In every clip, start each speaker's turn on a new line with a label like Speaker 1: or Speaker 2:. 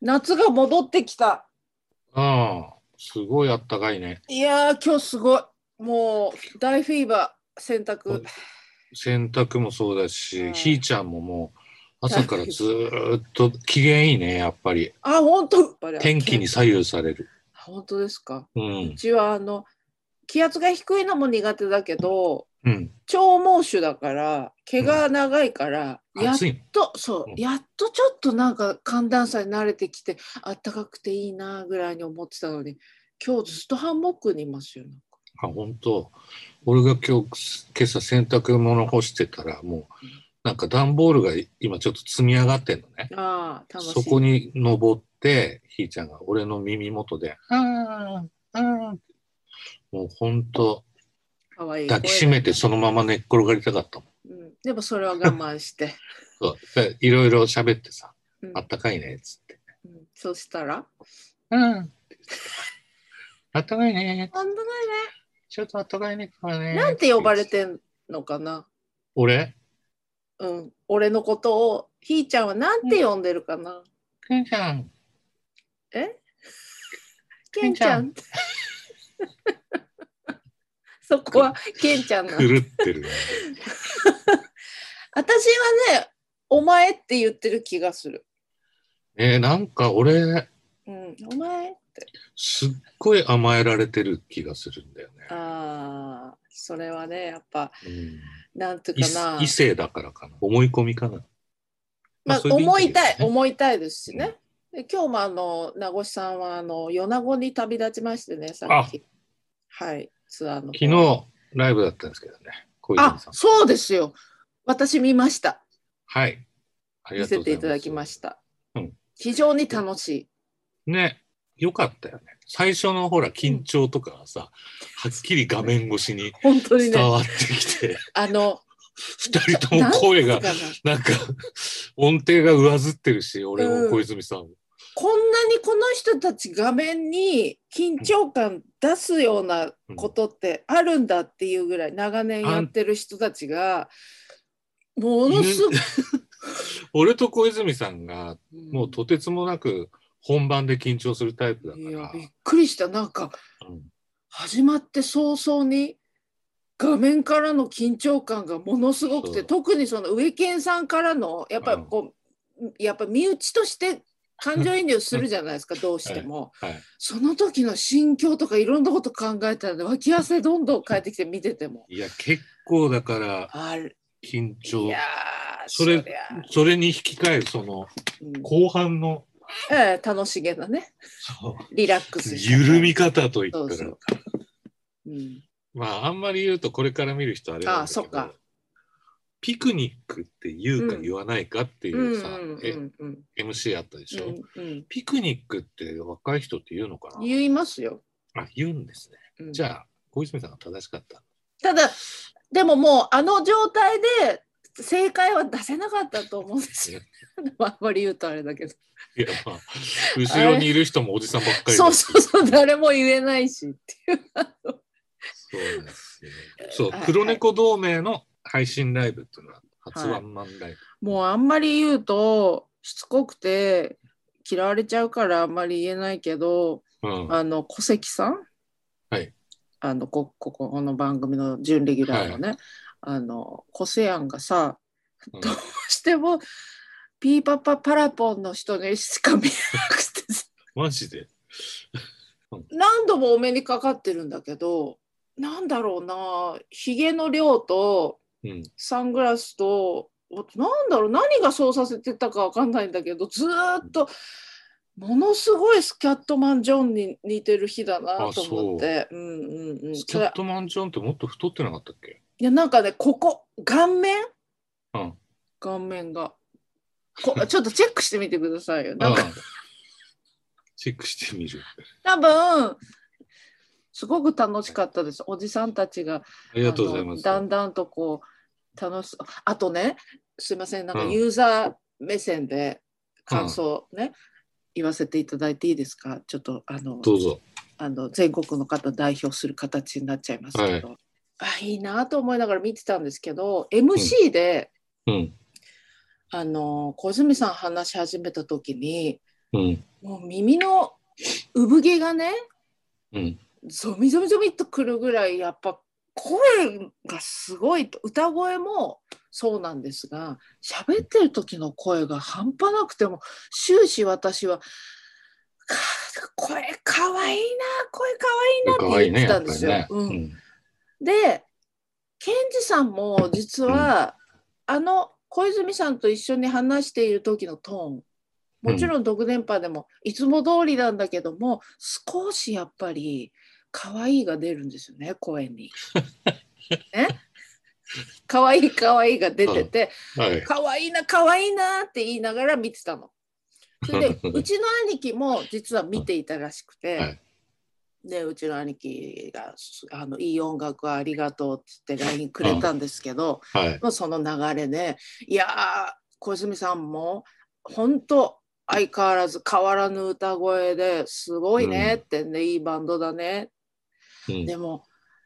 Speaker 1: 夏が戻ってきた。
Speaker 2: うん。すごいあったかいね。
Speaker 1: いやー、今日すごい。もう大フィーバー、洗濯。
Speaker 2: 洗濯もそうだし、
Speaker 1: うん
Speaker 2: ひーちゃんももう朝からずーっと機嫌いいね、やっぱり。
Speaker 1: あ、本当。
Speaker 2: 天気に。左右される。
Speaker 1: 本当ですか。
Speaker 2: う。
Speaker 1: うんちはあの気圧が低いのも苦手だけど、
Speaker 2: うん。
Speaker 1: 超猛暑だから毛が長いから、やっ
Speaker 2: 暑いね。
Speaker 1: とそう、
Speaker 2: うん
Speaker 1: やっとちょっとなんか寒暖差に慣れてきてあったかくていいなぐらいに思ってたのに、今日ずっとハンモックにいますよ。
Speaker 2: あ、本当。俺が今日、今朝洗濯物干してたら、もう、なんか段ボールが今ちょっと積み上がってんのね。
Speaker 1: ああ、楽しい。
Speaker 2: そこに登って、ひーちゃんが俺の耳元で、うん、うん。もう本当、
Speaker 1: 可愛い
Speaker 2: 抱きしめてそのまま寝っ転がりたかったもん。
Speaker 1: うん、でもそれは我慢 して。
Speaker 2: そうでいろいろ喋ってさ、
Speaker 1: うん
Speaker 2: あったかいねっつって。
Speaker 1: うん、そしたら
Speaker 2: うん。あったかいね。
Speaker 1: なんだ
Speaker 2: ちょっとあったかいねから
Speaker 1: ね。
Speaker 2: ね。
Speaker 1: なんて呼ばれてんのかな。
Speaker 2: 俺
Speaker 1: うん、俺のことをひーちゃんはなんて呼んでるかな。
Speaker 2: くんちゃん。
Speaker 1: けんちゃん。 そこはけんちゃんなの。
Speaker 2: 狂ってるね。
Speaker 1: 私はね、お前って言ってる気がする。
Speaker 2: えーなんか俺、
Speaker 1: うん、お前。
Speaker 2: すっごい甘えられてる気がするんだよね。
Speaker 1: ああ、それはね、やっぱ
Speaker 2: うん
Speaker 1: なんていう
Speaker 2: 異
Speaker 1: かな
Speaker 2: 異。性だからかな。思い込みかな。
Speaker 1: まあ、
Speaker 2: それで
Speaker 1: 思い
Speaker 2: んだ
Speaker 1: た
Speaker 2: け
Speaker 1: い、
Speaker 2: どね
Speaker 1: 思いたいですしね。で今日もあの名越さんはあの米子に旅立ちましてね、さっき。はい、ツアーの方。
Speaker 2: 昨日、ライブだったんですけどね。小
Speaker 1: あ
Speaker 2: 泉さん。
Speaker 1: そうですよ。私見ました。
Speaker 2: はい。あり
Speaker 1: 見
Speaker 2: がとう
Speaker 1: せ
Speaker 2: ござ
Speaker 1: て
Speaker 2: い
Speaker 1: い
Speaker 2: ます。
Speaker 1: ただきました。
Speaker 2: うん
Speaker 1: 非常に楽しい。
Speaker 2: ね、よかったよね。最初のほら、緊張とかはさ、はっきり画面越しに
Speaker 1: 本当にね、
Speaker 2: 伝わってきて、
Speaker 1: あの、
Speaker 2: 二人とも声
Speaker 1: な
Speaker 2: が
Speaker 1: んていうかな
Speaker 2: なんか音程が上ずってるし、俺
Speaker 1: う
Speaker 2: も
Speaker 1: ん
Speaker 2: 小泉さんも。
Speaker 1: こんなにこの人たち画面に緊張感出すようなことってあるんだっていうぐらい長年やってる人たちがものすごく、
Speaker 2: 俺と小泉さんがもうとてつもなく本番で緊張するタイプだか
Speaker 1: いや
Speaker 2: ら、
Speaker 1: びっくりしたなんか
Speaker 2: うん
Speaker 1: 始まって早々に画面からの緊張感がものすごく
Speaker 2: そ
Speaker 1: て
Speaker 2: う
Speaker 1: 特にその上健さんからのやっぱりこう、やっぱ身内として感情移入するじゃないですかどうしても、
Speaker 2: はいはい
Speaker 1: その時の心境とかいろんなこと考えたらね脇汗どんどん返ってきて見てても
Speaker 2: いや、結構だから
Speaker 1: あれ
Speaker 2: 緊
Speaker 1: い
Speaker 2: 張
Speaker 1: や。ー
Speaker 2: それ
Speaker 1: りゃあ
Speaker 2: それに引き換えるその
Speaker 1: うん
Speaker 2: 後半の
Speaker 1: ええ楽しげなね
Speaker 2: そう
Speaker 1: リラックスした
Speaker 2: 緩み方といった
Speaker 1: そ
Speaker 2: ら
Speaker 1: うそう、うん、
Speaker 2: まああんまり言うとこれから見る人あれなんだけど
Speaker 1: あそっか
Speaker 2: ピクニックって言うか言わないかってい
Speaker 1: うんう
Speaker 2: うんさ、
Speaker 1: う
Speaker 2: え
Speaker 1: んうん
Speaker 2: MC あったでしょ、
Speaker 1: うん
Speaker 2: ピクニックって若い人って言うのか
Speaker 1: うん
Speaker 2: な
Speaker 1: 言いますよ、
Speaker 2: あ言うんですね
Speaker 1: うん
Speaker 2: じゃあ小泉さんが正しかった
Speaker 1: ただでももうあの状態で正解は出せなかったと思うんですよ。あんまり言うとあれだけど。
Speaker 2: いやまあ 後ろにいる人もおじさんばっか り
Speaker 1: そう
Speaker 2: だし
Speaker 1: そうそう誰も言えないしっていう。
Speaker 2: そうなんですよそう
Speaker 1: はい
Speaker 2: 黒猫同盟の配信ライブっていうのは初ワンマンライブ、
Speaker 1: もうあんまり言うとしつこくて嫌われちゃうからあんまり言えないけど
Speaker 2: うん
Speaker 1: あの小関さん、
Speaker 2: はい、
Speaker 1: あのここここの番組の準レギュラーのね、あの小瀬庵がさ
Speaker 2: うん
Speaker 1: どうしてもピーパパパラポンの人にしか見えなくてさ
Speaker 2: マジで
Speaker 1: 何度もお目にかかってるんだけどなんだろうなひげの量と
Speaker 2: うん
Speaker 1: サングラスと何だろう何がそうさせてたか分かんないんだけどずーっとものすごいスキャットマン・ジョンに似てる日だなと思ってうんうんうん
Speaker 2: スキ
Speaker 1: そ
Speaker 2: ャ
Speaker 1: れ
Speaker 2: ットマンジョンってもっと太ってなかったっけ
Speaker 1: いやなんかねここ顔面
Speaker 2: うん
Speaker 1: 顔面がこ ちょっとチェックしてみてくださいよなんか
Speaker 2: ああチェックしてみる
Speaker 1: 多分すごく楽しかったですおじさんたちが
Speaker 2: ありがとうございます
Speaker 1: あのだんだんとこう楽しそうあとねすいませんなんか
Speaker 2: うん
Speaker 1: ユーザー目線で感想ね、言わせていただいていいですかちょっとあの
Speaker 2: どうぞ
Speaker 1: あの全国の方代表する形になっちゃいますけど、あいいなと思いながら見てたんですけど MC で、
Speaker 2: うん
Speaker 1: あの小泉さん話し始めた時に
Speaker 2: うん。
Speaker 1: もう耳の産毛がね
Speaker 2: うん。
Speaker 1: ゾミゾミゾミっとくるぐらいやっぱ声がすごいと歌声もそうなんですが喋ってる時の声が半端なくても終始私は「か声かわいいな声か
Speaker 2: か
Speaker 1: わ
Speaker 2: わ
Speaker 1: い
Speaker 2: い
Speaker 1: い
Speaker 2: い
Speaker 1: な」って言っ
Speaker 2: ね、
Speaker 1: てたんですよ。
Speaker 2: やっぱりね。
Speaker 1: うん
Speaker 2: ん。
Speaker 1: でケンジさんも実は、あの小泉さんと一緒に話している時のトーンもちろん「独電波」でもいつも通りなんだけども、少しやっぱり可愛いが出るんですよね声に。ね可愛い可愛いが出てて
Speaker 2: はい。
Speaker 1: 可愛いな可愛いなって言いながら見てたの。それ でうちの兄貴も実は見ていたらしくて、
Speaker 2: はい
Speaker 1: でうちの兄貴がすあの「いい音楽ありがとう」って言って LINE くれたんですけど、
Speaker 2: はい。
Speaker 1: まあ、その流れで「いやー小泉さんも本当相変わらず変わらぬ歌声ですごいね」ってね、いいバンドだね」
Speaker 2: うん
Speaker 1: でも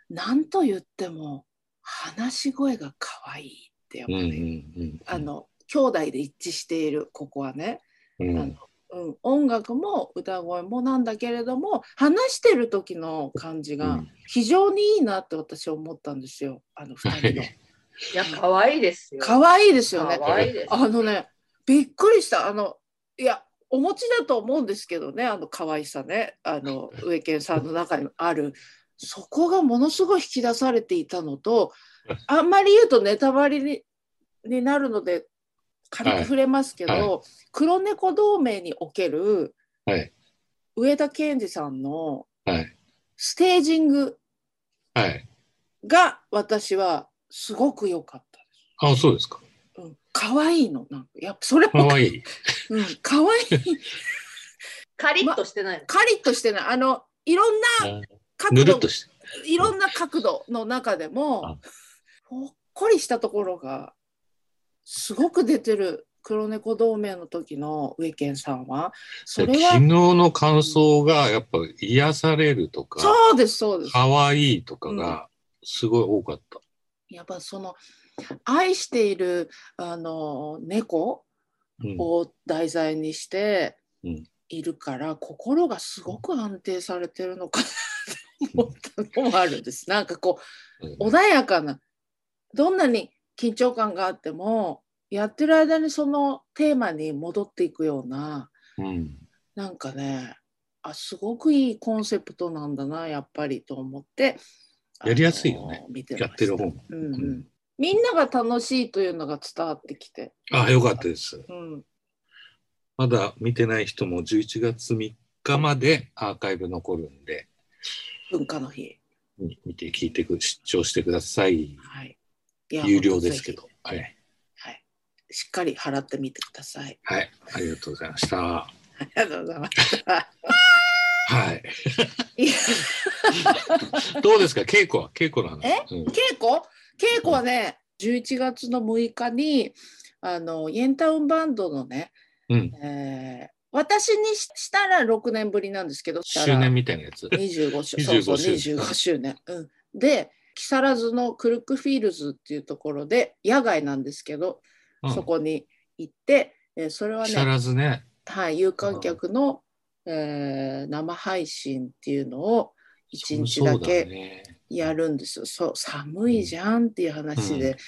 Speaker 1: なんと言っても話し声が可愛いってやっぱ
Speaker 2: うん
Speaker 1: ね、
Speaker 2: うんうん。
Speaker 1: あの兄弟で一致しているここはね。
Speaker 2: うん、
Speaker 1: あのうん、音楽も歌声もなんだけれども話してる時の感じ
Speaker 2: う
Speaker 1: が
Speaker 2: ん
Speaker 1: 非常にいいなって私は思ったんですよあの二人の
Speaker 2: はい
Speaker 3: や、可愛いですよ。
Speaker 1: 可愛いですよね
Speaker 3: 可愛いです。
Speaker 1: あのねびっくりしたあのいやお持ちだと思うんですけどねあの可愛さねあ の植健さんの中にあるそこがものすごい引き出されていたのとあんまり言うとネタバレにになるので軽く触れますけど、
Speaker 2: はいは
Speaker 1: 黒猫同盟における
Speaker 2: はい
Speaker 1: 上田健二さんの
Speaker 2: はい
Speaker 1: ステージング
Speaker 2: はい。
Speaker 1: が私はすごく良かったで
Speaker 2: あ、そうですか。
Speaker 1: す。うん、可愛いのなんかやっぱそれ
Speaker 2: か
Speaker 1: も
Speaker 2: わいい。
Speaker 1: うん、可愛い
Speaker 3: カリッとしてないの。
Speaker 1: カリッとしてないあのいろんな角
Speaker 2: ぬるっ
Speaker 1: 度
Speaker 2: として。
Speaker 1: いろんな角度の中でも
Speaker 2: あ
Speaker 1: ほっこりしたところがすごく出てる黒猫同盟の時の植健さんはそ
Speaker 2: 昨
Speaker 1: れは
Speaker 2: 日の感想がやっぱ癒されるとか、
Speaker 1: そうですそうです
Speaker 2: かわいいとかがすごい多かった。
Speaker 1: やっぱその愛しているあの猫
Speaker 2: うん
Speaker 1: を題材にして
Speaker 2: うん
Speaker 1: いるから、心がすごく安定されてるのかなって思ったのもあるんですなんかこう
Speaker 2: うん
Speaker 1: 穏やかなどんなに緊張感があってもやってる間にそのテーマに戻っていくような
Speaker 2: うん
Speaker 1: なんかねあすごくいいコンセプトなんだなやっぱりと思って
Speaker 2: やりやすいよね
Speaker 1: あの見てました
Speaker 2: やってる方も。
Speaker 1: うんうん
Speaker 2: うん
Speaker 1: みんなが楽しいというのが伝わってきて、
Speaker 2: あ、よかったです。
Speaker 1: うん、
Speaker 2: まだ見てない人も11月3日までアーカイブ残るんで、
Speaker 1: 文化の日、
Speaker 2: み見て聞いてく、視聴してください。
Speaker 1: はい、いや
Speaker 2: 有料ですけ、
Speaker 1: 本
Speaker 2: ど。はい。
Speaker 1: 当ぜひしっかり払ってみてください。
Speaker 2: はい。ありがとうございました。は
Speaker 1: ありがとうございました。
Speaker 2: い。
Speaker 1: いや
Speaker 2: どうですか稽古は稽古の話。
Speaker 1: え
Speaker 2: うん
Speaker 1: 稽古稽古はね11月の6日にあのイエンタウンバンドのね、
Speaker 2: うん。
Speaker 1: えー私にししたら6年ぶりなんですけどしたら
Speaker 2: 周年みたいなやつ。
Speaker 1: 25周
Speaker 2: 25
Speaker 1: そうそう
Speaker 2: 周
Speaker 1: 25周年、うん、で木更津のクルックフィールズっていうところで野外なんですけど、
Speaker 2: うん
Speaker 1: そこに行って、えーそれは
Speaker 2: 木
Speaker 1: ね
Speaker 2: 更津ね。
Speaker 1: はい、有観客の、えー生配信っていうのを1日だけ
Speaker 2: そうだね
Speaker 1: やるんですよ。そう寒いじゃんっていう話で、
Speaker 2: う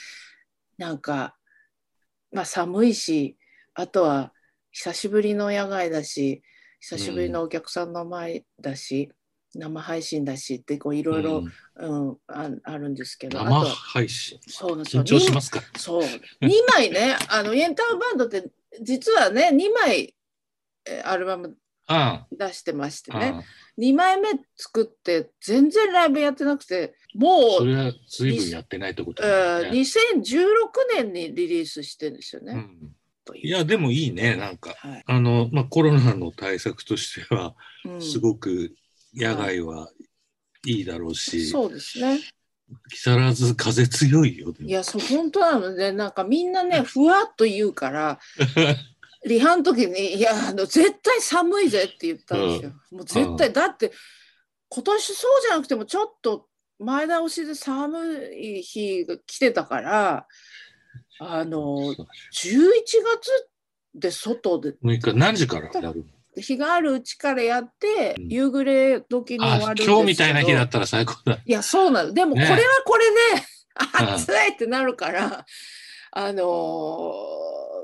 Speaker 1: なんか、まあ、寒いしあとは久しぶりの野外だし久しぶりのお客さんの前だし、生配信だしってこういろいろ
Speaker 2: う、ん
Speaker 1: うんああるんですけどあと
Speaker 2: 生
Speaker 1: は
Speaker 2: 配信。
Speaker 1: そうなんですよ
Speaker 2: 緊張しますか。
Speaker 1: そう2枚ねあのエンターバンドって実はね2枚えアルバム
Speaker 2: あ
Speaker 1: 出してまして
Speaker 2: あ、
Speaker 1: ね
Speaker 2: あ
Speaker 1: 2枚目作って全然ライブやってなくても
Speaker 2: あ。そうれは随分やってないってことだ
Speaker 1: え
Speaker 2: よ
Speaker 1: ー
Speaker 2: ね。
Speaker 1: 2016年にリリースしてるんですよね。
Speaker 2: うん
Speaker 1: という
Speaker 2: いやでもいいねなんか
Speaker 1: はい
Speaker 2: あのまあコロナの対策としては
Speaker 1: うん
Speaker 2: すごく野外はいいだろうし、
Speaker 1: そうですね。
Speaker 2: 木更津風強いよでも
Speaker 1: いや、そう、本当なので、なんかみんなね、ふわっと言うから、リハの時に、いや、あの、絶対寒いぜって言ったんですよ。もう絶対、だって、今年そうじゃなくても、ちょっと前倒しで寒い日が来てたから、あの、11月で外で
Speaker 2: 6日何時からやる
Speaker 1: 日があるうちからやって、
Speaker 2: うん
Speaker 1: 夕暮れ時に終わる
Speaker 2: あ
Speaker 1: んですけど
Speaker 2: 今日みたいな日だったら最高だ。
Speaker 1: いや、そうなの。でも、こ
Speaker 2: ね
Speaker 1: れはこれで、
Speaker 2: うん
Speaker 1: 暑いってなるから、あのー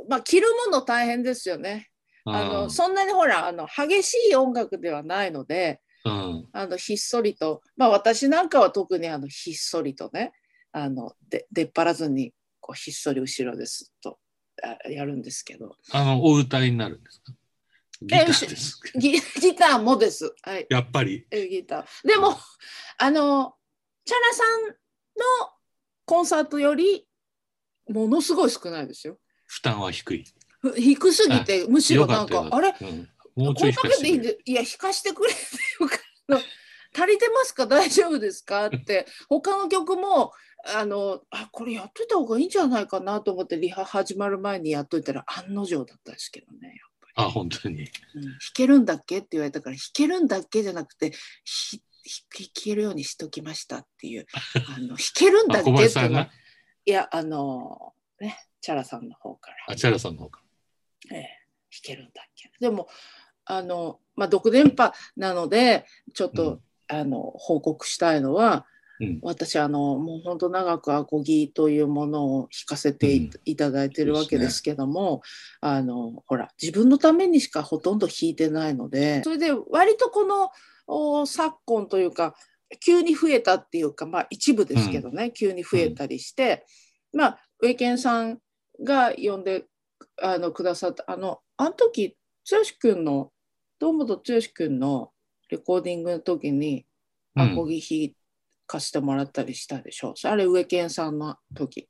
Speaker 1: まあ、着るもの大変ですよね。あの、そんなにほら、あの、激しい音楽ではないので、
Speaker 2: うん、
Speaker 1: あの、ひっそりと、まあ、私なんかは特に、あの、ひっそりとね、あの、で出っ張らずに、こう、ひっそり後ろですっと、あやるんですけど。
Speaker 2: あの、お歌いになるんですかギターです。
Speaker 1: ギギターもです。はい。
Speaker 2: やっぱり。
Speaker 1: えギター。でも、あの、チャラさんのコンサートより、ものすごい少ないですよ。
Speaker 2: 負担は低い。
Speaker 1: ふ低すぎて、むしろ
Speaker 2: よ
Speaker 1: な
Speaker 2: か
Speaker 1: ん
Speaker 2: ったよ
Speaker 1: か
Speaker 2: か、った
Speaker 1: あれ、
Speaker 2: うんもうち
Speaker 1: こ
Speaker 2: ょ
Speaker 1: れだ
Speaker 2: い低
Speaker 1: けでいいん
Speaker 2: い。
Speaker 1: で、いや、弾かしてくれっていうか、あの足りてますか大丈夫ですかって、他の曲も、あの、あ、これやっといた方がいいんじゃないかなと思って、リハ始まる前にやっといたら、案の定だったんですけどね。
Speaker 2: あ、本当
Speaker 1: う
Speaker 2: に。
Speaker 1: ん弾けるんだっけって言われたから弾けるんだっけじゃなくてひひ弾けるようにしときましたって いうあの弾けるんだ
Speaker 2: あ
Speaker 1: っけ
Speaker 2: 小
Speaker 1: っ
Speaker 2: 林
Speaker 1: て
Speaker 2: さ
Speaker 1: いうんのは
Speaker 2: が、
Speaker 1: いやあのねチャラさんの方から、
Speaker 2: あちゃらさんの方か。
Speaker 1: ええ弾けるんだっけでもあのまあ独電波なのでちょっと、あの報告したいのは
Speaker 2: うん。
Speaker 1: 私あのもう本当長くアコギというものを弾かせてい,、
Speaker 2: うん
Speaker 1: ただいてるわけ
Speaker 2: そうですね
Speaker 1: ですけども、あのほら自分のためにしかほとんど弾いてないのでそれで割とこのお昨今というか急に増えたっていうかまあ一部ですけどね、急に増えたりして、まあウェケンさんが呼んであのくださったあのあの時剛君の堂本剛君のレコーディングの時に
Speaker 2: う
Speaker 1: アコ
Speaker 2: ん、
Speaker 1: ギ弾かしてもらったりしたでしょ、あれ上健さんの時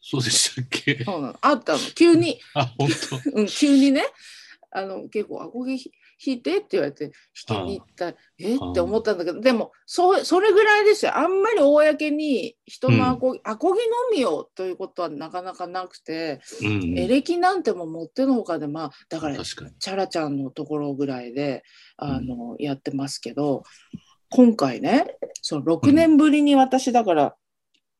Speaker 2: そうでしたっけ。
Speaker 1: そうなのあったの急に、
Speaker 2: あ、本
Speaker 1: うん、急にねあの結構アコギ弾いてって言われて弾きに行ったえって思ったんだけどでもそうそれぐらいですよあんまり公に人のアコギ、アコギのみをということはなかなかなくて、
Speaker 2: 当。うん。
Speaker 1: エレキなんても持ってのほかでまあだから
Speaker 2: 確かに。
Speaker 1: チャラちゃんのところぐらいであの、やってますけど今回ねその6年ぶりに私だから、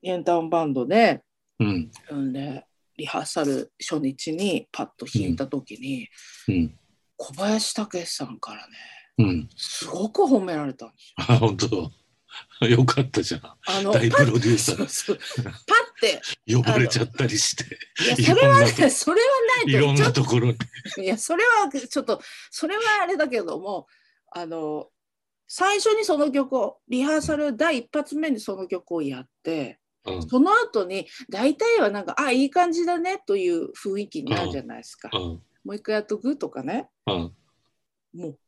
Speaker 1: エンタウンバンドで,、
Speaker 2: うん。
Speaker 1: うん、でリハーサル初日にパッと弾いた時に、
Speaker 2: うん。
Speaker 1: 小林武史さんからね
Speaker 2: うん。
Speaker 1: すごく褒められたんですよ。
Speaker 2: あ、本当。よかったじゃん。
Speaker 1: あの
Speaker 2: 大
Speaker 1: パ
Speaker 2: プ
Speaker 1: ッ
Speaker 2: ロデューサ
Speaker 1: そう
Speaker 2: ー。
Speaker 1: そうパッ て
Speaker 2: 呼ばれちゃったりして。
Speaker 1: いやそれはねそれはいな
Speaker 2: ろ
Speaker 1: い
Speaker 2: ん
Speaker 1: とちょ
Speaker 2: な
Speaker 1: っ
Speaker 2: ところに。
Speaker 1: といやそれはちょっとそれはあれだけどもあの最初にその曲をリハーサル第一発目にその曲をやって、
Speaker 2: うん。
Speaker 1: その後に大体はなんかあいい感じだねという雰囲気になるじゃないですか。
Speaker 2: うん。
Speaker 1: もう一回やっとくとかね
Speaker 2: うん。
Speaker 1: もう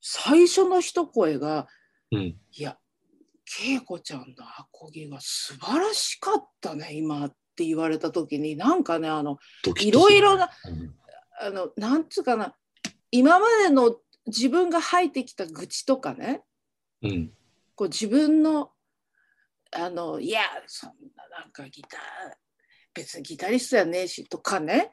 Speaker 1: 最初の一声が
Speaker 2: うん。
Speaker 1: 「いや恵子ちゃんのアコギが素晴らしかったね今」って言われた時になんかねあの
Speaker 2: ドキッ
Speaker 1: い
Speaker 2: と
Speaker 1: ろ
Speaker 2: する
Speaker 1: いろな
Speaker 2: うん
Speaker 1: あのなんつうかな今までの自分が吐いてきた愚痴とかね
Speaker 2: うん。
Speaker 1: こう自分のあのいやそんななんかギター別にギタリストやねえしとかね、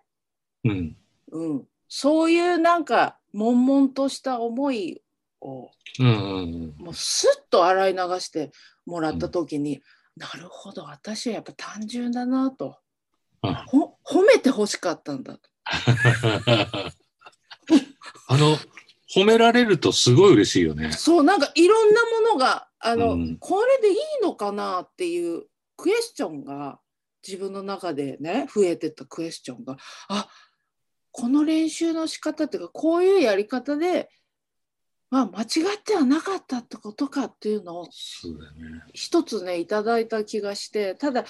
Speaker 2: うん。
Speaker 1: うん、そういうなんか悶々とした思いを
Speaker 2: うん。うん。
Speaker 1: もうスッと洗い流してもらった時に、なるほど私はやっぱ単純だなと
Speaker 2: あ
Speaker 1: ほ褒めてほしかったんだ
Speaker 2: あの、褒められるとすごい嬉しいよね。
Speaker 1: そうなんかいろんなものがあの、
Speaker 2: うん
Speaker 1: これでいいのかなっていうクエスチョンが自分の中でね増えてったクエスチョンがあこの練習の仕方っていうかこういうやり方で、まあ、間違ってはなかったってことかっていうのを
Speaker 2: そうだよね。
Speaker 1: 一つねいただいた気がしてただ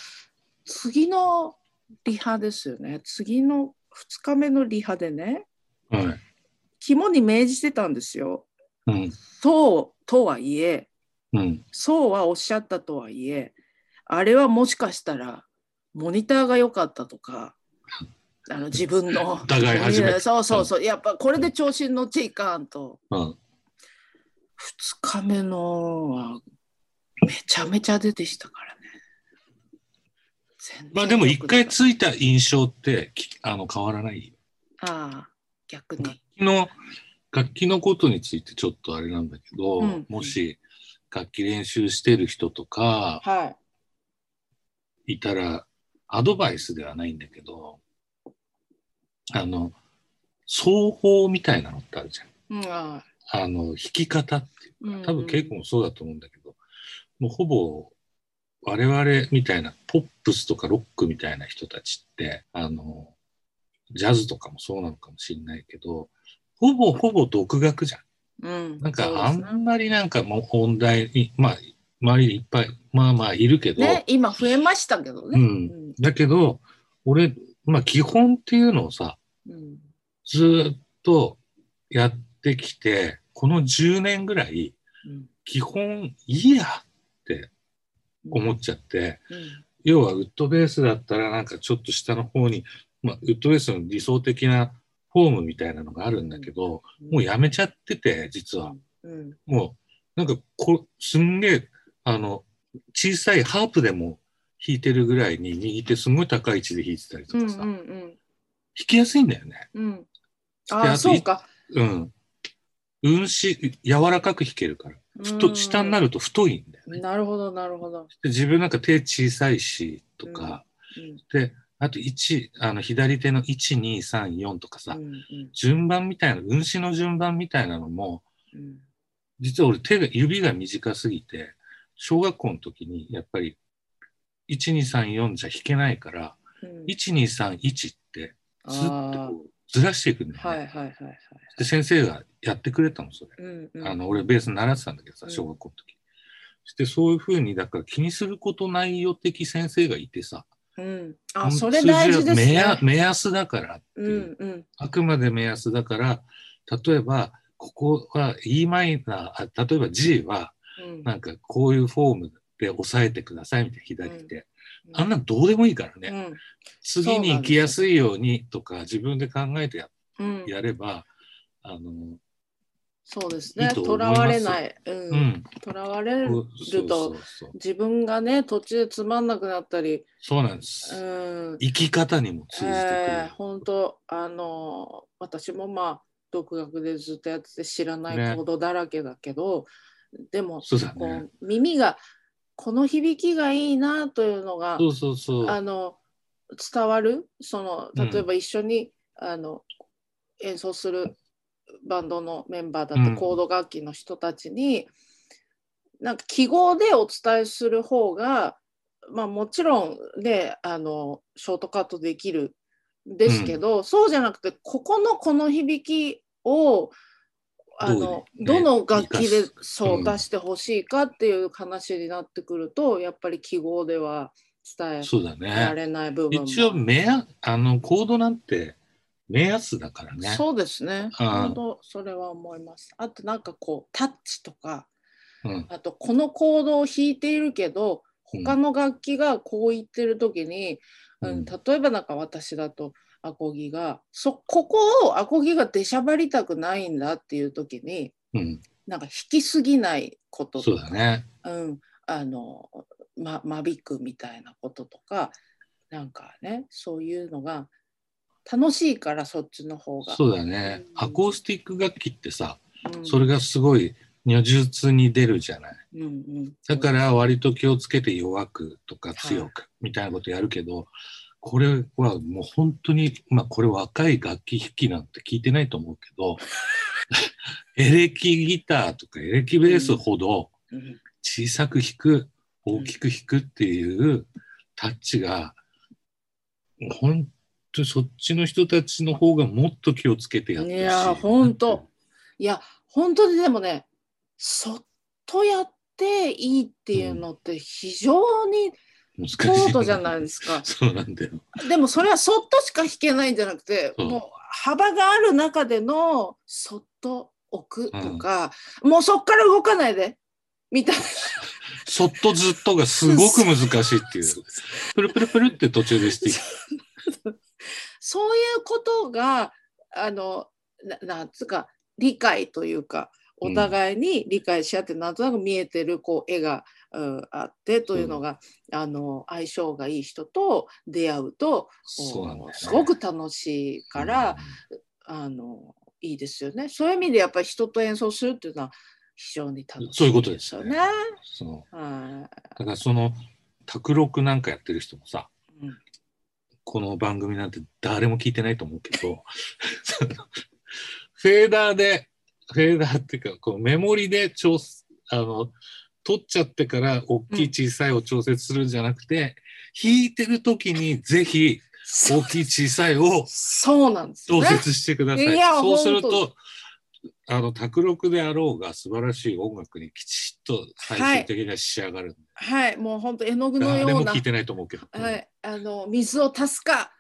Speaker 1: 次のリハですよね次の2日目のリハでね
Speaker 2: はい。
Speaker 1: 肝に銘じてたんですよ。
Speaker 2: うん。
Speaker 1: そうとはいえ
Speaker 2: うん。
Speaker 1: そうはおっしゃったとはいえあれはもしかしたらモニターが良かったとかあの自分の
Speaker 2: 疑い始めた
Speaker 1: そうそうそうやっぱこれで調子に乗っちゃいかんと
Speaker 2: うん。
Speaker 1: 2日目のはめちゃめちゃ出てしたからね全然
Speaker 2: まあでも一
Speaker 1: 良
Speaker 2: 回
Speaker 1: くなかっ
Speaker 2: ついた印象ってきあの変わらない。
Speaker 1: たああ逆に
Speaker 2: 楽器の楽器のことについてちょっとあれなんだけど、
Speaker 1: うん
Speaker 2: もし楽器練習してる人とか
Speaker 1: はい
Speaker 2: いたらアドバイスではないんだけどあの奏法みたいなのってあるじゃん。
Speaker 1: うんあ
Speaker 2: あの、弾き方っていう
Speaker 1: うん
Speaker 2: か、多分稽古もそうだと思うんだけど、もうほぼ、我々みたいな、ポップスとかロックみたいな人たちって、あの、ジャズとかもそうなのかもしれないけど、ほぼほぼ独学じゃん。
Speaker 1: うん
Speaker 2: なん
Speaker 1: そう
Speaker 2: か
Speaker 1: で
Speaker 2: あ
Speaker 1: す
Speaker 2: ん
Speaker 1: ね
Speaker 2: まりなんかもう本題に、まあ、周りにいっぱい、まあまあいるけど、
Speaker 1: ね今増えましたけど
Speaker 2: う
Speaker 1: ね。
Speaker 2: ん。だけど、俺、まあ基本っていうのをさ、
Speaker 1: うんうん
Speaker 2: ずーっとやってきて、この10年ぐらい、
Speaker 1: うん
Speaker 2: 基本いいやって思っちゃって、
Speaker 1: うん
Speaker 2: 要はウッドベースだったらなんかちょっと下の方に、まあ、ウッドベースの理想的なフォームみたいなのがあるんだけど、もうやめちゃってて、実は。
Speaker 1: うん
Speaker 2: もう、なんかこ、すんげえ、あの、小さいハープでも弾いてるぐらいに右手すごい高い位置で弾いてたりと
Speaker 1: うん
Speaker 2: か
Speaker 1: う
Speaker 2: さ、弾
Speaker 1: ん
Speaker 2: きやすいんだよね。
Speaker 1: うんうん。
Speaker 2: で
Speaker 1: あ
Speaker 2: あ
Speaker 1: あ
Speaker 2: と
Speaker 1: そうか。
Speaker 2: うん。運指、柔らかく弾けるから。ふ
Speaker 1: うん
Speaker 2: と、下になると太いんだよね。
Speaker 1: なるほどなるほど。
Speaker 2: で自分なんか手小さいし、とか、
Speaker 1: うん
Speaker 2: で、あと1、あの、左手の1、2、3、4とかさ、
Speaker 1: うんうん
Speaker 2: 順番みたいな、運指の順番みたいなのも、
Speaker 1: うん
Speaker 2: 実は俺手が、指が短すぎて、小学校の時に、やっぱり、1、2、3、4じゃ弾けないから、
Speaker 1: うん
Speaker 2: 1、2、3、1って、ずっと
Speaker 1: あ
Speaker 2: こうずらしていくんだよ
Speaker 1: あ
Speaker 2: ね。
Speaker 1: はいはいはいはい。
Speaker 2: で、先生がやってくれたの、それ。
Speaker 1: うん
Speaker 2: あの俺ベース習ってたんだけどさ
Speaker 1: うん
Speaker 2: 小学校の時。してそういうふうにだから気にすることないよ的先生がいてさ
Speaker 1: うん、あそれ大事です
Speaker 2: 数字は
Speaker 1: ね。
Speaker 2: 目や目安だからって
Speaker 1: う
Speaker 2: いう、
Speaker 1: んうん
Speaker 2: あくまで目安だから例えばここは e マイナーあ例えば G は
Speaker 1: うん
Speaker 2: なんかこういうフォームで押さえてくださいみたいな左手、あんな
Speaker 1: ね、
Speaker 2: のどうでもいいから
Speaker 1: う
Speaker 2: ね、
Speaker 1: ん
Speaker 2: 次に行きやすいようにとか自分で考えてや
Speaker 1: うん、
Speaker 2: やればあの
Speaker 1: そうです
Speaker 2: い
Speaker 1: ね
Speaker 2: いと
Speaker 1: と
Speaker 2: 思い
Speaker 1: ら
Speaker 2: ます
Speaker 1: われない、う
Speaker 2: うんん、
Speaker 1: とらわれ
Speaker 2: そ
Speaker 1: る
Speaker 2: うそう
Speaker 1: と
Speaker 2: そうそう
Speaker 1: 自分がね途中でつまんなくなったり、
Speaker 2: そうなんです、
Speaker 1: うん
Speaker 2: 生き方にも通じてくる。
Speaker 1: えー、本当あの私もまあ独学でずっとやってて知らない
Speaker 2: ね
Speaker 1: 行動だらけだけど、でも
Speaker 2: そうだ
Speaker 1: こう、
Speaker 2: ね。
Speaker 1: 耳がこの響きがいいなというのが
Speaker 2: そうそうそう。
Speaker 1: あの伝わるその
Speaker 2: うん
Speaker 1: 例えば一緒に、あの演奏するバンドのメンバーだった
Speaker 2: うん
Speaker 1: コード楽器の人たちに、なんか記号でお伝えする方が、まあ、もちろんねあのショートカットできるんですけど、そうじゃなくてここのこの響きをあの
Speaker 2: どう
Speaker 1: ど
Speaker 2: ね
Speaker 1: の楽器で
Speaker 2: 生かす
Speaker 1: そううん出してほしいかっていう話になってくると、やっぱり記号では伝え
Speaker 2: そうだ
Speaker 1: ら
Speaker 2: ね。
Speaker 1: れない部分も
Speaker 2: 一応目安あのコードなんて目安だからね。
Speaker 1: そうですね。
Speaker 2: うん
Speaker 1: 本当それは思います。あとなんかこうタッチとか、
Speaker 2: うん。
Speaker 1: あとこのコードを弾いているけど、
Speaker 2: うん
Speaker 1: 他の楽器がこう言ってる時に、うん
Speaker 2: うん
Speaker 1: 例えばなんか私だとアコギがそここをアコギが出しゃばりたくないんだっていう時に、
Speaker 2: うん。
Speaker 1: なんか弾きすぎないこと
Speaker 2: そ
Speaker 1: と
Speaker 2: う
Speaker 1: か
Speaker 2: だね。
Speaker 1: うん、あの、ま、間引くみたいなこととかなんかねそういうのが楽しいからそっちの方が。
Speaker 2: そうだね
Speaker 1: う。ん
Speaker 2: アコースティック楽器ってさ、
Speaker 1: うん
Speaker 2: それがすごい如実に出るじゃない。
Speaker 1: うんうん、
Speaker 2: だから割と気をつけて弱くとか強くみたいなことやるけど、これはもう本当に、まあこれ若い楽器弾きなんて聞いてないと思うけ ど、エレキギターとかエレキベースほど
Speaker 1: うん
Speaker 2: 小さく弾く、大きく弾くっていうタッチが、本当にそっちの人たちの方がもっと気をつけてやってほしい。
Speaker 1: いや本当。いや本当にでもねそっとやっていいっていうのって非常に
Speaker 2: 難しい。
Speaker 1: 高度じゃないですか。
Speaker 2: そうなんだよ。
Speaker 1: でもそれはそっとしか弾けないんじゃなくて、
Speaker 2: うん
Speaker 1: もう幅がある中でのそっと置くとか、もうそっから動かないでみたいな
Speaker 2: そっとずっとがすごく難しいっていう。 プルプルプルって途中でしていく。
Speaker 1: そういうことがあのななんつうか理解というかお互いに理解し合って、なんとなく見えてるこう絵が、うんあってというのが、あの相性がいい人と出会うと
Speaker 2: そうなんだよね。
Speaker 1: すごく楽しいから、あのいいですよね。そういう意味でやっぱり人と演奏するっていうのは非常に
Speaker 2: うん、
Speaker 1: 楽し
Speaker 2: そういうこ
Speaker 1: い
Speaker 2: と
Speaker 1: で
Speaker 2: ですす
Speaker 1: よ
Speaker 2: よ
Speaker 1: ね。
Speaker 2: ね。そう
Speaker 1: は
Speaker 2: だからその卓録なんかやってる人もさ、
Speaker 1: いうん
Speaker 2: この番組なんて誰も聞いてないと思うけど、 フェーダーで、フェーダーっていうか、こうメモリで調整、あの、取っちゃってから大きい小さいを調節するんじゃなくて、弾いてる時にぜひ大きい小さいを
Speaker 1: そうなんです
Speaker 2: 調
Speaker 1: ね。
Speaker 2: 節してください。
Speaker 1: いや
Speaker 2: そうする
Speaker 1: 本
Speaker 2: と、あの、卓録であろうが素晴らしい音楽にきちっと最終的には仕上がる。
Speaker 1: はい、もう本当絵の具の
Speaker 2: 誰
Speaker 1: よう
Speaker 2: も
Speaker 1: な
Speaker 2: 聞い。てないと思うけど。
Speaker 1: はい、あの水を足すか、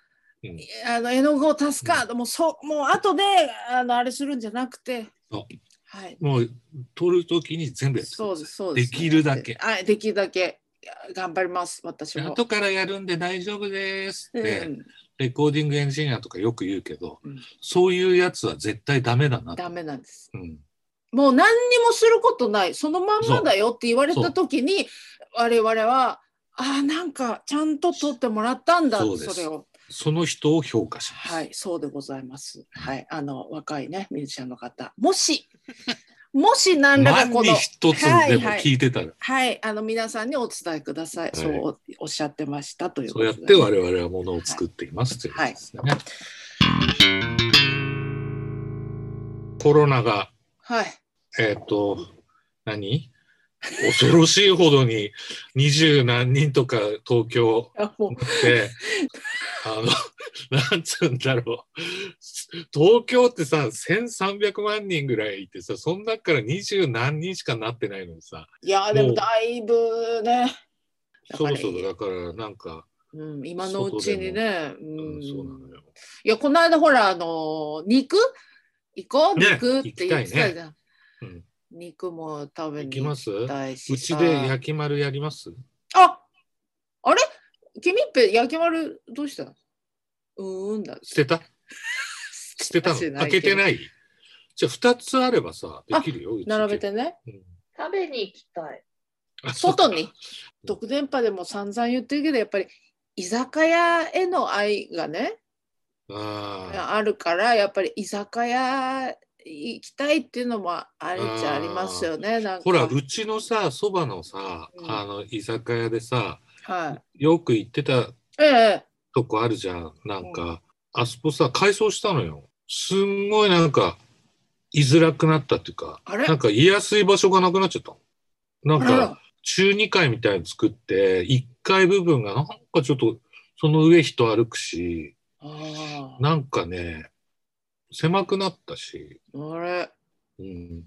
Speaker 2: うん
Speaker 1: あの絵の具を足すか、もうそうもう後であのあれするんじゃなくて
Speaker 2: そ、
Speaker 1: はい、
Speaker 2: もう、取る時に全部やってください
Speaker 1: そうですそうです。
Speaker 2: できるだけ
Speaker 1: はい、できるだけいや頑張ります私も。
Speaker 2: 後からやるんで大丈夫です
Speaker 1: う
Speaker 2: っ
Speaker 1: ん
Speaker 2: て、レコーディングエンジニアとかよく言うけど、
Speaker 1: うん
Speaker 2: そういうやつは絶対ダメだな。
Speaker 1: ダメなんです。
Speaker 2: うん、
Speaker 1: もう何にもすることないそのまんまだよって言われた時に我々はあーなんかちゃんと取ってもらったんだ
Speaker 2: そう
Speaker 1: そ
Speaker 2: です
Speaker 1: れを
Speaker 2: その人を評価します。
Speaker 1: はいそうでございますはいあの若いねミュージシャンの方も しもし何らか
Speaker 2: 万
Speaker 1: こ
Speaker 2: に
Speaker 1: の
Speaker 2: 一つでも聞いてたら、
Speaker 1: はいあの皆さんにお伝えください、
Speaker 2: はい
Speaker 1: そうおおっしゃってましたという
Speaker 2: そうやっ
Speaker 1: こと
Speaker 2: て
Speaker 1: で
Speaker 2: 我々はものを作っていますということですね。コロナが、
Speaker 1: はい
Speaker 2: えっ、と、何恐ろしいほどに二十何人とか東京
Speaker 1: あもう
Speaker 2: で、あの、なんつうんだろう。東京ってさ、1300万人ぐらいいてさ、そん中から二十何人しかなってないのにさ、
Speaker 1: いやでもだいぶねやっ
Speaker 2: そ
Speaker 1: ぱ
Speaker 2: ろ
Speaker 1: り
Speaker 2: そろだからなんか、
Speaker 1: うん、今のうちにね、う
Speaker 2: うん
Speaker 1: ん、
Speaker 2: そうなのよ。
Speaker 1: いや、この間ほら、あのー肉行こう、
Speaker 2: ね
Speaker 1: 肉って言ってたじゃん。
Speaker 2: うん
Speaker 1: 肉も食べ
Speaker 2: 行
Speaker 1: に
Speaker 2: きます
Speaker 1: 行き
Speaker 2: う
Speaker 1: たいしさ
Speaker 2: ちで焼き丸やります
Speaker 1: ああれ君っぺ焼き丸どうしたのうーんだ。
Speaker 2: 捨てた捨てた
Speaker 1: し
Speaker 2: の開けて
Speaker 1: い
Speaker 2: ないじゃあ2つあればさ、できるよ。うち
Speaker 1: けど。並べ、てね。
Speaker 2: うん
Speaker 3: 食べに行きたい。
Speaker 2: あそう
Speaker 1: 外に。独電波でも散々言ってるけど、やっぱり居酒屋への愛がね、
Speaker 2: あ
Speaker 1: あるから、やっぱり居酒屋行きたいっていうのもありっちゃありますよね。なん
Speaker 2: あ
Speaker 1: か
Speaker 2: ほら、うちのさ、そばのさ、
Speaker 1: うん
Speaker 2: あの、居酒屋でさ、
Speaker 1: はい。
Speaker 2: よく行ってた
Speaker 1: ええ。
Speaker 2: とこあるじゃん。なんか、あそこさ、改装したのよ。すんごいなんか、居づらくなったっていうか、
Speaker 1: あれ
Speaker 2: なんか居やすい場所がなくなっちゃったの。
Speaker 1: あ
Speaker 2: なん
Speaker 1: ら
Speaker 2: か、
Speaker 1: ら
Speaker 2: 中2階みたいに作って、1階部分がなんかちょっと、その上人歩くし、
Speaker 1: あ
Speaker 2: なんかね、狭くなったし、
Speaker 1: ーあれ
Speaker 2: うん。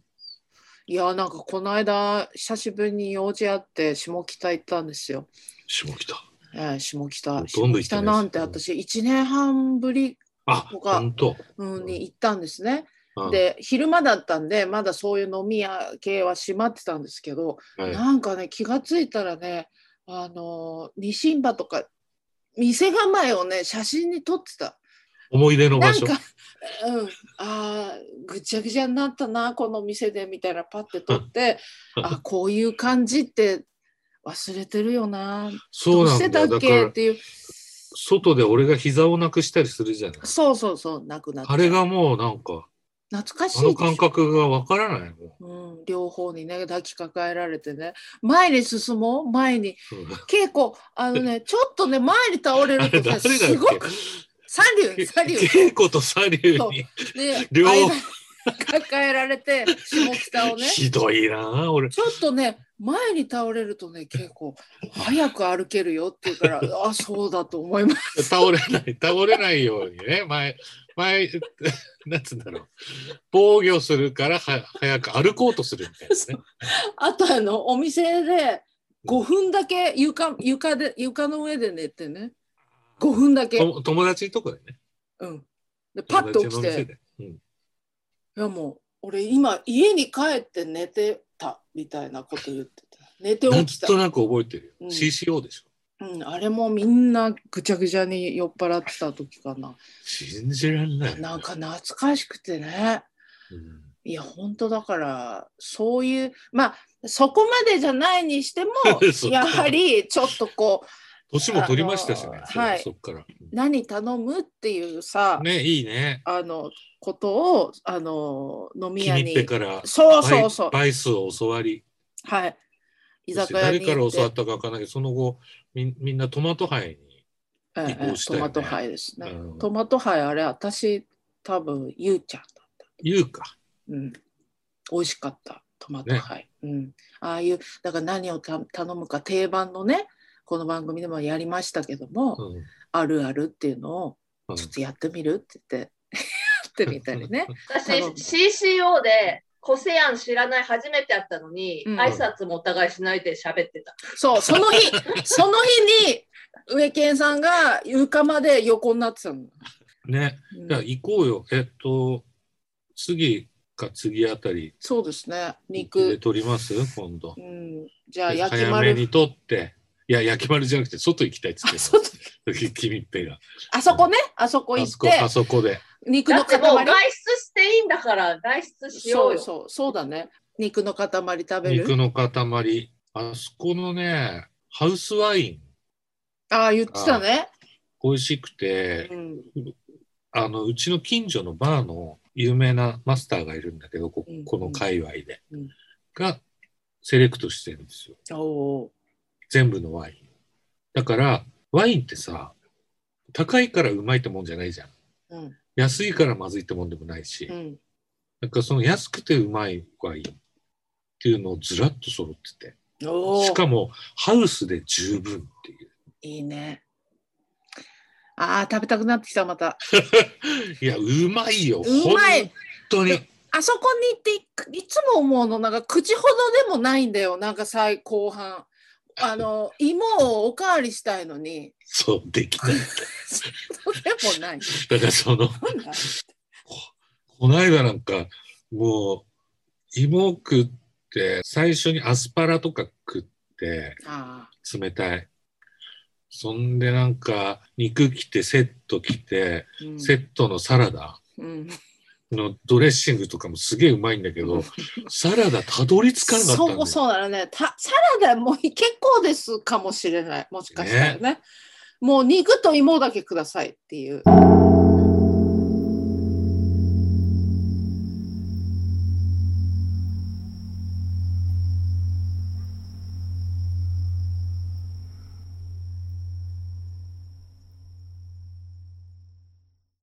Speaker 1: いやなんかこの間久しぶりに用事あって下北行ったんですよ、
Speaker 2: 下北。
Speaker 1: えー下北
Speaker 2: ほとんど行
Speaker 1: 下
Speaker 2: ってな
Speaker 1: 北な
Speaker 2: いです
Speaker 1: んて私1年半ぶり、
Speaker 2: あ、
Speaker 1: ここが
Speaker 2: ほんと。
Speaker 1: うん、に行ったんですね、
Speaker 2: うん
Speaker 1: で昼間だったんでまだそういう飲み屋系は閉まってたんですけど、
Speaker 2: はい
Speaker 1: なんかね気がついたらねあのー西馬とか店構えをね写真に撮ってた。
Speaker 2: 思い出の場所。
Speaker 1: なんか、うん、あーぐちゃぐちゃになったなこの店でみたいなパッて撮って
Speaker 2: うん
Speaker 1: あこういう感じって忘れてるよな
Speaker 2: そ
Speaker 1: ど
Speaker 2: うな
Speaker 1: うんして
Speaker 2: だ
Speaker 1: た
Speaker 2: よ。
Speaker 1: っ
Speaker 2: だか
Speaker 1: けっ
Speaker 2: ら、
Speaker 1: ていう
Speaker 2: 外で俺が膝をなくしたりするじゃない。
Speaker 1: そうそうそうなくなった
Speaker 2: あれがもうなんか、
Speaker 1: 懐かし
Speaker 2: あ
Speaker 1: いで
Speaker 2: の
Speaker 1: しょ
Speaker 2: 感覚がわからないもん。
Speaker 1: うん、両方にね抱きかかえられてね前に進もう前に稽古あのねちょっとね前に倒れる
Speaker 2: あれ
Speaker 1: と
Speaker 2: 誰だ
Speaker 1: さ
Speaker 2: っけ
Speaker 1: すごくサリューサリュー
Speaker 2: 稽古とサリューに
Speaker 1: で
Speaker 2: 両方
Speaker 1: 間に 抱えられて下北をね
Speaker 2: ひどいなあ俺
Speaker 1: ちょっとね前に倒れるとね結構早く歩けるよって言うから あそうだと思います。
Speaker 2: 倒れない倒れないようにね前前 なんつうんだろう防御するからは早く歩こうとするみたいなね
Speaker 1: あとあのお店で5分だけ床床で床の上で寝てね5分だけ、
Speaker 2: と友達のとこでね
Speaker 1: うん、でパッと起き
Speaker 2: 友達の
Speaker 1: て
Speaker 2: 店でうん
Speaker 1: いやもう俺今家に帰って寝てたみたいなこと言ってた寝て
Speaker 2: な
Speaker 1: 起
Speaker 2: ん
Speaker 1: きた
Speaker 2: と、なく覚えてるよ、
Speaker 1: うん
Speaker 2: CCO でしょ
Speaker 1: うん、あれもみんなぐちゃぐちゃに酔っ払ってた時かな
Speaker 2: 信じられない
Speaker 1: なんか懐かしくてね
Speaker 2: うん
Speaker 1: いや本当だからそういうまあそこまでじゃないにしても
Speaker 2: そう
Speaker 1: やはりちょっとこ
Speaker 2: 年も取りましたし
Speaker 1: あ
Speaker 2: ね
Speaker 1: のー
Speaker 2: そ,、
Speaker 1: はい
Speaker 2: そっから
Speaker 1: う何頼むっていうさ、
Speaker 2: ねいいね
Speaker 1: あのことをあの飲み
Speaker 2: 気
Speaker 1: 屋
Speaker 2: に入って
Speaker 1: に
Speaker 2: から
Speaker 1: そうそうそう
Speaker 2: バイバイスを教わり
Speaker 1: はい居酒屋に
Speaker 2: 誰から
Speaker 1: 行っ
Speaker 2: 教わ
Speaker 1: て
Speaker 2: ったかわからないけどその後みんみんなトマト杯に
Speaker 1: ええ
Speaker 2: 移行したよ
Speaker 1: トマ
Speaker 2: ね
Speaker 1: トハイですね。
Speaker 2: うん
Speaker 1: トマトハイあれ私多分ゆうちゃんだった。
Speaker 2: 言うか。
Speaker 1: うん、美味しかったトマトハイ、うん、ああいうだから何をた頼むか定番のねこの番組でもやりましたけども、
Speaker 2: うんうん
Speaker 1: あるあるっていうのをちょっとやってみるって言って、やってみたりね。
Speaker 3: 私
Speaker 1: 頼む
Speaker 3: CCO でコセアン知らない初めて会ったのに、
Speaker 1: うん
Speaker 3: 挨拶もお互いしないで喋ってた。
Speaker 1: そうその日その日に上健さんが床まで横になってたの。
Speaker 2: ね。
Speaker 1: うん
Speaker 2: じゃあ行こうよ。えっと、次か次あたり。
Speaker 1: そうですね
Speaker 2: で
Speaker 1: 肉、
Speaker 2: 取ります今度。
Speaker 1: うん、じゃあ焼き
Speaker 2: 早め
Speaker 1: 丸
Speaker 2: に取って。いや、焼き丸じゃなくて、外行きたいっつって
Speaker 1: あそ
Speaker 2: 君っぺが。
Speaker 1: あそこねあそこ行
Speaker 2: あ
Speaker 1: っ
Speaker 2: そこ、あ
Speaker 1: て
Speaker 2: そこで。
Speaker 1: 肉
Speaker 3: だ
Speaker 1: の
Speaker 3: ってもう外
Speaker 1: 塊
Speaker 3: 出していいんだから外出しよ
Speaker 1: そうう
Speaker 3: よ。
Speaker 1: そうそうだね肉の塊食べる
Speaker 2: 肉の塊。あそこのね、ハウスワイン、
Speaker 1: ああ言ってたね。
Speaker 2: 美味しくて
Speaker 1: う、ん
Speaker 2: あの、うちの近所のバーの有名なマスターがいるんだけど、こ
Speaker 1: うん
Speaker 2: この界隈で
Speaker 1: うん。
Speaker 2: が、セレクトしてるんですよ。
Speaker 1: おー
Speaker 2: 全部のワイン。だから、ワインってさ、高いからうまいってもんじゃないじゃん。
Speaker 1: うん
Speaker 2: 安いからまずいってもんでもないし。
Speaker 1: うん
Speaker 2: なんかその安くてうまいワインっていうのをずらっと揃って
Speaker 1: おー
Speaker 2: て、しかもハウスで十分っていう。
Speaker 1: いいね。ああ食べたくなってきたまた。
Speaker 2: いや、うまいよ。
Speaker 1: うまい
Speaker 2: 本当に。
Speaker 1: あそこに行っていいつも思うのなんか口ほどでもないんだよなんか最後半。あの芋をおかわりしたいのに
Speaker 2: そう、できない。
Speaker 1: そうでもない。
Speaker 2: だからその、
Speaker 1: なんだ
Speaker 2: こないだなんか、もう、芋食って、最初にアスパラとか食って、
Speaker 1: あ
Speaker 2: 冷たい。そんでなんか、肉来て、セット来て、
Speaker 1: ーうん
Speaker 2: セットのサラダ
Speaker 1: うん
Speaker 2: のドレッシングとかもすげえうまいんだけど、サラダたどり着かなかったんだ
Speaker 1: そう
Speaker 2: よ。
Speaker 1: そうだねたサラダもう結構ですかもしれないもしかしたらねもう肉と芋だけくださいっていう